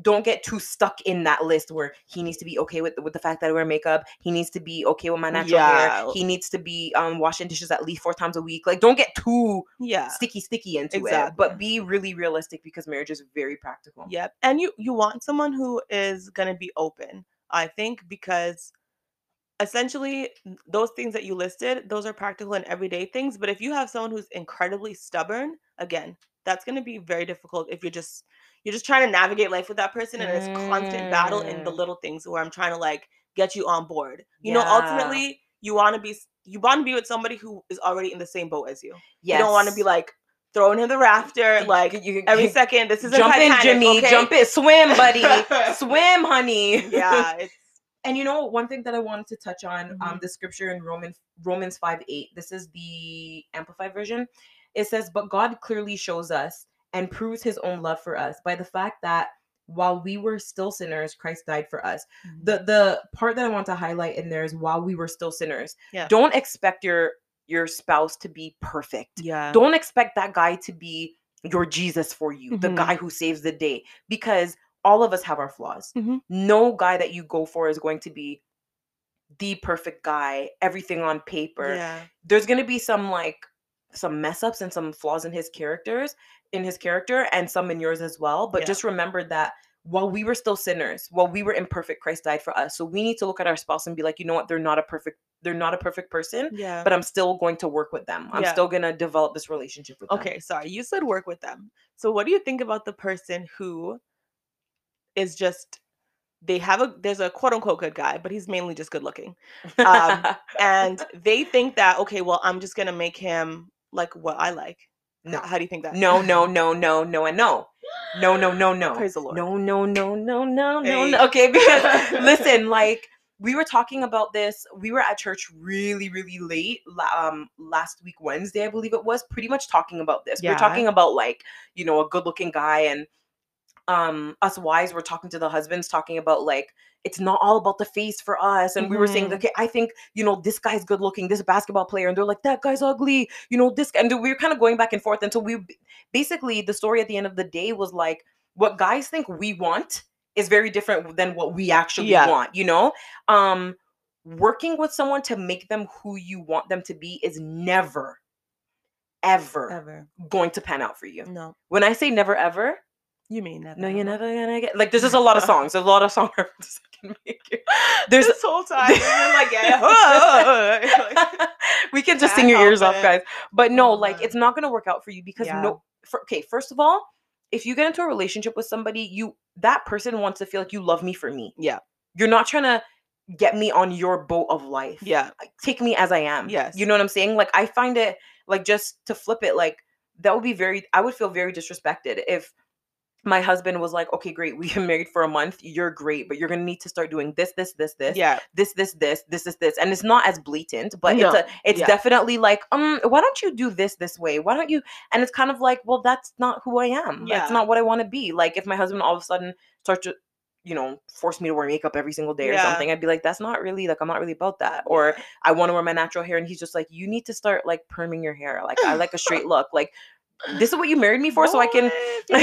S1: don't get too stuck in that list where he needs to be okay with with the fact that I wear makeup. He needs to be okay with my natural hair.
S2: Yeah.
S1: He needs to be um washing dishes at least four times a week. Like don't get too
S2: yeah.
S1: sticky sticky into it
S2: Exactly.
S1: but be really realistic because marriage is very practical
S2: Yep. And you you want someone who is going to be open, I think, because essentially n- those things that you listed, those are practical and everyday things, but if you have someone who's incredibly stubborn, again, that's going to be very difficult if you're just you're just trying to navigate life with that person and it's constant battle in the
S1: Mm.
S2: little things where I'm trying to like get you on board. You know,
S1: Yeah.
S2: ultimately you want to be s- you want to be with somebody who is already in the same boat as you.
S1: yes.
S2: You don't want to be like throwing him the rafter like
S1: you, you-
S2: every second this is
S1: jump
S2: a Titanic,
S1: in jimmy
S2: okay?
S1: jump in swim buddy swim honey
S2: yeah it's
S1: and you know one thing that i wanted to touch on um
S2: Mhm.
S1: the scripture in romans romans 5 8 this is the amplified version it says but god clearly shows us and proves his own love for us by the fact that while we were still sinners, Christ died for us. The the part that I want to highlight in there is while we were still sinners.
S2: Yeah.
S1: Don't expect your your spouse to be perfect.
S2: yeah.
S1: Don't expect that guy to be your Jesus for you, the
S2: Mhm.
S1: guy who saves the day, because all of us have our flaws.
S2: Mhm.
S1: No guy that you go for is going to be the perfect guy, everything on paper.
S2: Yeah.
S1: There's going to be some like some mess ups and some flaws in his characters, in his character and some in yours as well, but
S2: Yeah.
S1: just remember that while we were still sinners, while we were imperfect, Christ died for us. So we need to look at our spouse and be like, you know what? They're not a perfect they're not a perfect person,
S2: Yeah.
S1: but I'm still going to work with them. I'm
S2: Yeah.
S1: still going to develop this relationship with them.
S2: okay, sorry. You said work with them. So what do you think about the person who is just they have a there's a quote unquote good guy, but he's mainly just good looking. Um, And they think that, okay, well, I'm just gonna make him like what I like. H-
S1: No.
S2: How do you think that?
S1: no, no, no, no, no, and no. No, no, no, no.
S2: Praise the Lord.
S1: No, no, no, no, no, no,
S2: Hey.
S1: no. Okay, because listen, like we were talking about this. We were at church really, really late la- um last week Wednesday, I believe it was, pretty much talking about this. We
S2: Yeah.
S1: are talking about like, you know, a good-looking guy and um us wives were talking to the husbands talking about like it's not all about the face for us and we were saying
S2: Mhm.
S1: okay i think you know this guy's good looking this basketball player and they're like that guy's ugly you know this guy." and we were kind of going back and forth until we basically the story at the end of the day was like what guys think we want is very different than what we actually
S2: Yeah.
S1: want you know um working with someone to make them who you want them to be is never ever
S2: Ever.
S1: going to pan out for you
S2: No.
S1: when i say never ever
S2: You mean Mm. never.
S1: no you're
S2: ever.
S1: never gonna get like there's just a lot of songs there's a lot of song references i can make here. there's
S2: this whole time. we've been like, yeah, yeah, oh, oh, oh, like-
S1: we can just
S2: Can't
S1: sing your ears
S2: help
S1: off
S2: it.
S1: guys but no
S2: Oh,
S1: like
S2: man.
S1: it's not gonna work out for you because
S2: Yeah.
S1: no for, okay first of all if you get into a relationship with somebody you that person wants to feel like you love me for me
S2: Yeah.
S1: you're not trying to get me on your boat of life
S2: yeah.
S1: Like, take me as i am
S2: Yes.
S1: you know what i'm saying like i find it like just to flip it like that would be very i would feel very disrespected if my husband was like okay great we've been married for a month you're great but you're gonna need to start doing this this this this
S2: Yeah.
S1: this this this this is this and it's not as blatant but
S2: No,
S1: it's a it's
S2: yeah.
S1: definitely like um why don't you do this this way why don't you and it's kind of like well that's not who i am
S2: Yeah.
S1: that's not what i want to be like if my husband all of a sudden starts to you know force me to wear makeup every single day or
S2: Yeah.
S1: something i'd be like that's not really like i'm not really about that or i want to wear my natural hair and he's just like you need to start like perming your hair like i like a straight look like this is what you married me for so i can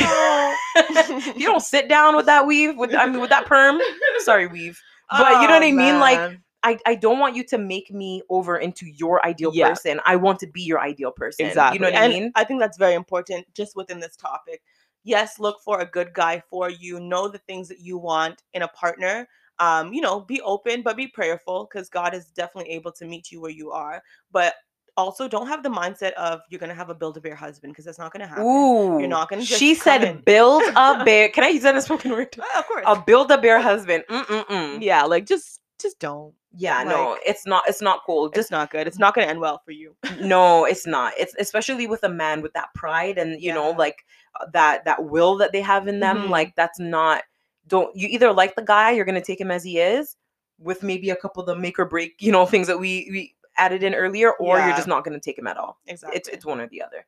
S2: can.
S1: you don't sit down with that weave with i mean with that perm sorry weave but you know what
S2: Oh,
S1: I mean? Like, I, I don't want you to make me over into your ideal
S2: Yeah.
S1: person. I want to be your ideal person.
S2: exactly.
S1: You know what
S2: And
S1: I mean?
S2: I think that's very important just within this topic. Yes, look for a good guy for you. Know the things that you want in a partner. Um, you know, be open, but be prayerful because God is definitely able to meet you where you are. But also, don't have the mindset of you're gonna have a build of your husband because that's not gonna happen.
S1: Ooh.
S2: not gonna just
S1: She
S2: come
S1: said
S2: in.
S1: build a bear. Can I use that as a spoken word?
S2: Ah, of course.
S1: A build a bear husband. Mm-mm-mm.
S2: yeah, like just just don't.
S1: Yeah, no,
S2: Like-
S1: it's not it's not cool.
S2: It's
S1: Just
S2: not good. It's not gonna end well for you.
S1: no, it's not. It's especially with a man with that pride and you know,
S2: Yeah.
S1: like uh, that that will that they have in them.
S2: Mhm.
S1: Like that's not don't you either like the guy, you're gonna take him as he is, with maybe a couple of the make or break, you know, things that we we added in earlier, or
S2: Yeah.
S1: you're just not gonna take him at all.
S2: Exactly.
S1: It's it's one or the other.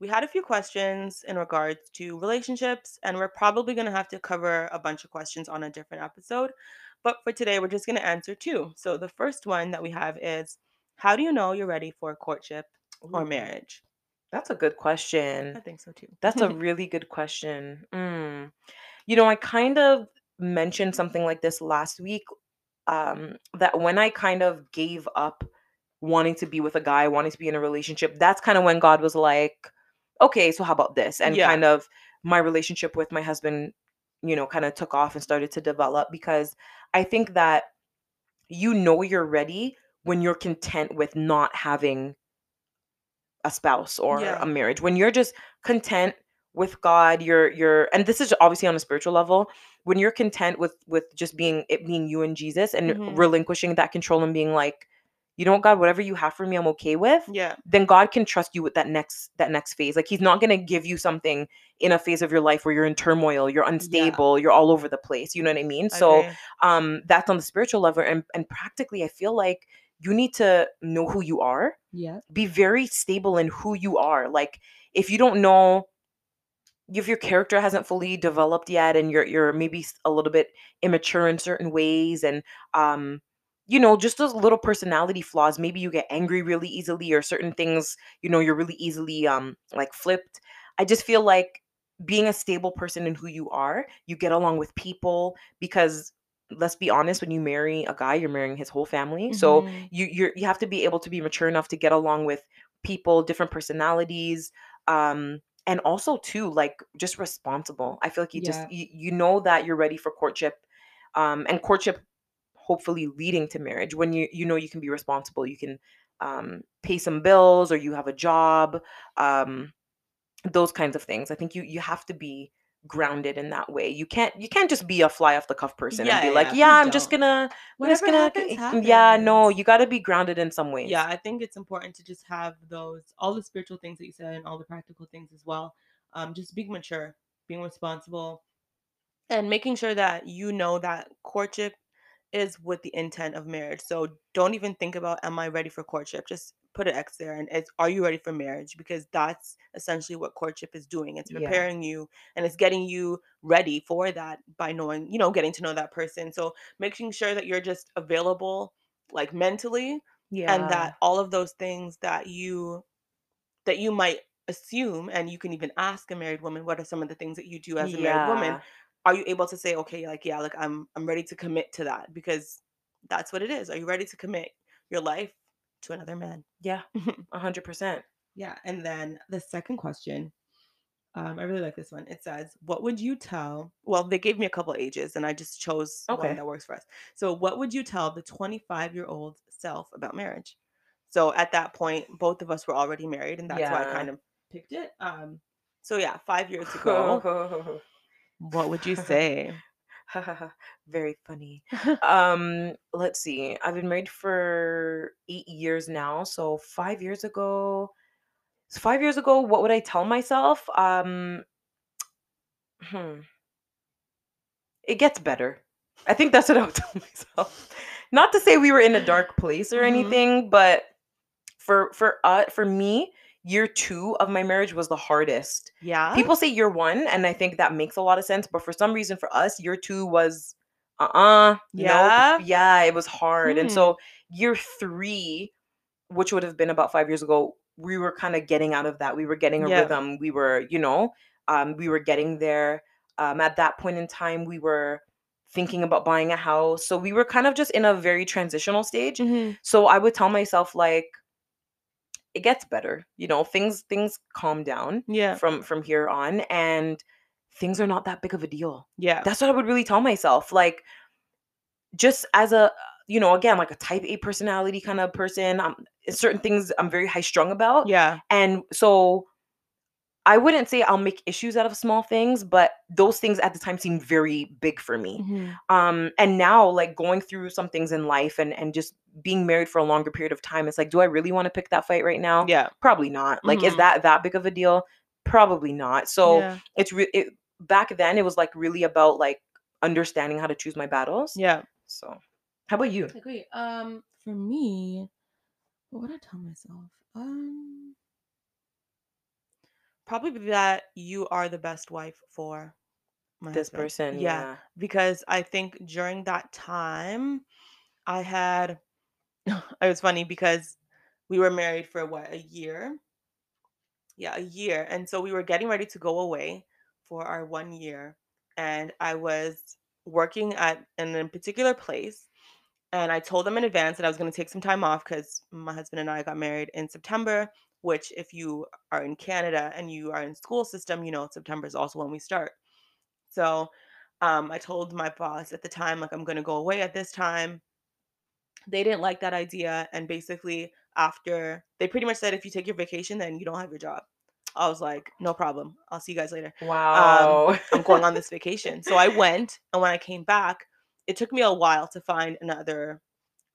S2: we had a few questions in regards to relationships, and we're probably going to have to cover a bunch of questions on a different episode. But for today, we're just going to answer two. So the first one that we have is How do you know you're ready for courtship or marriage?
S1: That's a good question.
S2: I think so too.
S1: That's a really good question. Mm. You know, I kind of mentioned something like this last week um, that when I kind of gave up wanting to be with a guy, wanting to be in a relationship, that's kind of when God was like, okay, so how about this? And
S2: Yeah.
S1: kind of my relationship with my husband, you know, kind of took off and started to develop because I think that you know you're ready when you're content with not having a spouse or
S2: Yeah.
S1: a marriage when you're just content with god you're you're and this is obviously on a spiritual level when you're content with with just being it being you and jesus and
S2: Mhm.
S1: relinquishing that control and being like you know what god whatever you have for me i'm okay with
S2: yeah.
S1: then god can trust you with that next that next phase like he's not going to give you something in a phase of your life where you're in turmoil you're unstable you're all over the place you know what i mean so
S2: agree.
S1: um that's on the spiritual level and and practically i feel like you need to know who you are
S2: yeah.
S1: be very stable in who you are like if you don't know if your character hasn't fully developed yet and you're you're maybe s- a little bit immature in certain ways and um you know just those little personality flaws maybe you get angry really easily or certain things you know you're really easily um like flipped i just feel like being a stable person in who you are you get along with people because let's be honest when you marry a guy you're marrying his whole family so
S2: Mhm.
S1: you you're, you have to be able to be mature enough to get along with people different personalities um and also too like just responsible i feel like you
S2: Yeah.
S1: just you, you know that you're ready for courtship um and courtship hopefully leading to marriage when you you know you can be responsible you can um pay some bills or you have a job um those kinds of things i think you you have to be grounded in that way you can't you can't just be a fly off the cuff person
S2: Yeah,
S1: and be
S2: yeah,
S1: like
S2: yeah,
S1: yeah,
S2: please
S1: i'm just
S2: don't.
S1: gonna we're just
S2: Whatever
S1: gonna
S2: happens,
S1: yeah no
S2: happens.
S1: you got to be grounded in some ways
S2: yeah i think it's important to just have those all the spiritual things that you said and all the practical things as well um, just being mature being responsible and making sure that you know that courtship is with the intent of marriage so don't even think about am i ready for courtship just put an x there and it's are you ready for marriage because that's essentially what courtship is doing it's
S1: Yeah.
S2: preparing you and it's getting you ready for that by knowing you know getting to know that person so making sure that you're just available like mentally
S1: yeah
S2: and that all of those things that you that you might assume and you can even ask a married woman what are some of the things that you do as a married woman
S1: Yeah.
S2: are you able to say okay like yeah like i'm i'm ready to commit to that because that's what it is are you ready to commit your life to another man
S1: yeah a hundred percent
S2: yeah and then the second question um, I really like this one. It says, "What would you tell?" Well, they gave me a couple ages, and I just chose
S1: Okay.
S2: one that works for us. So, what would you tell the 25-year-old self about marriage? So, at that point, both of us were already married, and that's why I
S1: Yeah.
S2: kind of picked it. Um, so yeah, five years ago, what would you say?
S1: Very funny. Um, let's see. I've been married for eight years now. So five years ago, so five years ago, what would I tell myself? Um, hmm, it gets better. I think that's what I would tell myself. Not to say we were in a dark place or
S2: Mhm.
S1: anything, but for for uh, for me, year two of my marriage was the hardest.
S2: yeah,
S1: people say year one, and I think that makes a lot of sense. But for some reason, for us, year two was uh uh
S2: Yeah?
S1: nope, yeah, it was hard. And
S2: Hmm.
S1: so year three, which would have been about five years ago, we were kind of getting out of that. We were getting a
S2: Yeah.
S1: rhythm. We were, you know, um, we were getting there. Um, at that point in time, we were thinking about buying a house, so we were kind of just in a very transitional stage.
S2: Mhm.
S1: So I would tell myself like it gets better you know things things calm down
S2: yeah,
S1: from from here on and things are not that big of a deal
S2: yeah,
S1: that's what i would really tell myself like just as a you know again like a type a personality kind of person um certain things i'm very high strung about
S2: yeah,
S1: and so i wouldn't say i'll make issues out of small things but those things at the time seemed very big for me
S2: Mhm.
S1: um and now like going through some things in life and and just being married for a longer period of time it's like do i really want to pick that fight right now
S2: yeah,
S1: probably not like is
S2: Mhm.
S1: that that big of a deal probably not so
S2: yeah,
S1: it's re- it, back then it was like really about like understanding how to choose my battles
S2: yeah.
S1: so how about you
S2: Like, wait, um, for me, what would I tell myself? Um, probably that you are the best wife for my
S1: this
S2: husband.
S1: person
S2: Yeah,
S1: yeah
S2: because I think during that time, I had it was funny because we were married for what a year. Yeah, a year, and so we were getting ready to go away for our one year, and I was working at in a particular place and I told them in advance that I was going to take some time off because my husband and I got married in September. Which, if you are in Canada and you are in school system, you know September is also when we start. So, um, I told my boss at the time, like, I'm going to go away at this time. They didn't like that idea, and basically, after they pretty much said, if you take your vacation, then you don't have your job. I was like, no problem. I'll see you guys later.
S1: wow
S2: I'm going on this vacation. So I went, and when I came back, it took me a while to find another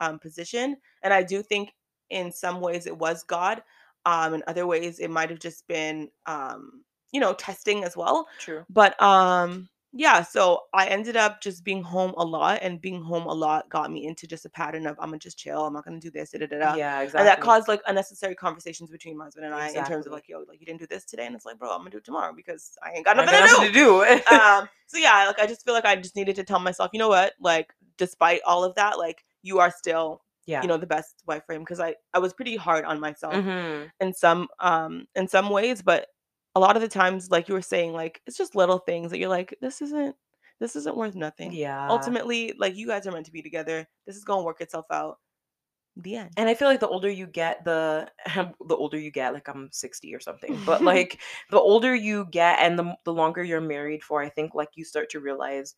S2: um, position. And I do think in some ways it was God. Um, in other ways, it might have just been, um, you know, testing as well.
S1: true
S2: But um, yeah, so I ended up just being home a lot, and being home a lot got me into just a pattern of I'm gonna just chill, I'm not gonna do this, da da da. da.
S1: Yeah, exactly.
S2: And that caused like unnecessary conversations between my husband and I in terms
S1: Exactly.
S2: of like, yo, like you didn't do this today, and it's like, bro, I'm gonna do it tomorrow because I ain't got
S1: I
S2: nothing
S1: got
S2: to do
S1: nothing to do.
S2: um, so yeah, like I just feel like I just needed to tell myself, you know what, like despite all of that, like you are still,
S1: yeah.
S2: you know, the best wife for him because I I was pretty hard on myself
S1: Mhm.
S2: in some um in some ways, but a lot of the times, like you were saying, like it's just little things that you're like, this isn't this isn't worth nothing.
S1: Yeah.
S2: Ultimately, like you guys are meant to be together. This is gonna work itself out. The end.
S1: and I feel like the older you get, the the older you get, like I'm 60 or something, but like the older you get and the the longer you're married for, I think like you start to realize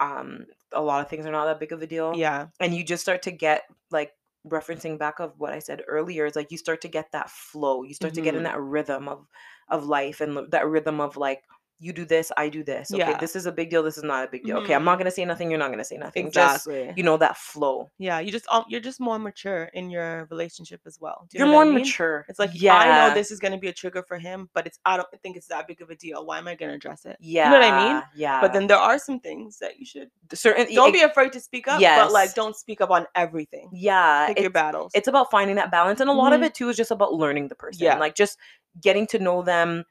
S1: um a lot of things are not that big of a deal.
S2: Yeah.
S1: And you just start to get like referencing back of what I said earlier, is like you start to get that flow. You start to get in
S2: Mhm.
S1: that rhythm of of life and th- that rhythm of like you do this, I do this. Okay,
S2: Yeah. Mm-hmm.
S1: this is a big deal. This is not a big deal. Okay, I'm not gonna say nothing. You're not gonna say nothing. Just
S2: Exactly.
S1: you know that flow.
S2: yeah, you just um, you're just more mature in your relationship as well. Do you
S1: You're
S2: know what
S1: more
S2: I mean?
S1: mature.
S2: It's like
S1: yeah,
S2: I know this is gonna be a trigger for him, but it's I don't think it's that big of a deal. Why am I gonna address it?
S1: Yeah,
S2: know what I mean?
S1: Yeah,
S2: But then there are some things that you should
S1: the certain
S2: don't
S1: it-
S2: be afraid to speak up,
S1: yes.
S2: but like don't speak up on everything.
S1: Yeah,
S2: Pick your
S1: it's,
S2: battles.
S1: it's about finding that balance, and a lot of
S2: Mhm.
S1: it too is just about learning the person.
S2: Yeah.
S1: like just getting to know them.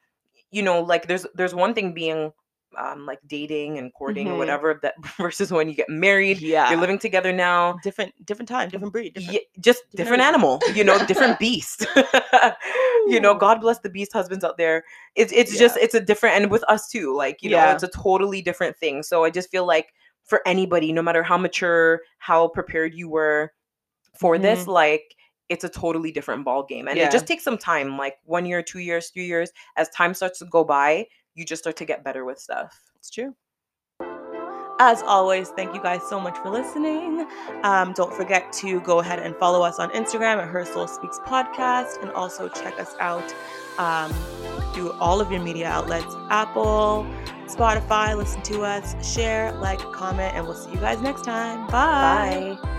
S1: You know, like there's there's one thing being um like dating and courting or
S2: Mhm.
S1: whatever that versus when you get married,
S2: yeah,
S1: you're living together now.
S2: different different time, different breed, different
S1: Ye- just different
S2: different
S1: animal, you know, different beast. you know,
S2: Ooh.
S1: God bless the beast husbands out there. It's it's just it's a different and with us too. Like, you know,
S2: Yeah.
S1: it's a totally different thing. So I just feel like for anybody, no matter how mature, how prepared you were for this, like it's a totally different ball game.
S2: Mm-hmm.
S1: And
S2: Yeah.
S1: it just takes some time, like one year, two years, three years, as time starts to go by, you just start to get better with stuff.
S2: It's true. As always, thank you guys so much for listening. Um, don't forget to go ahead and follow us on Instagram at Her Soul Speaks Podcast and also check us out um, through all of your media outlets Apple, Spotify, listen to us, share, like, comment, and we'll see you guys next time. Bye.
S1: Bye.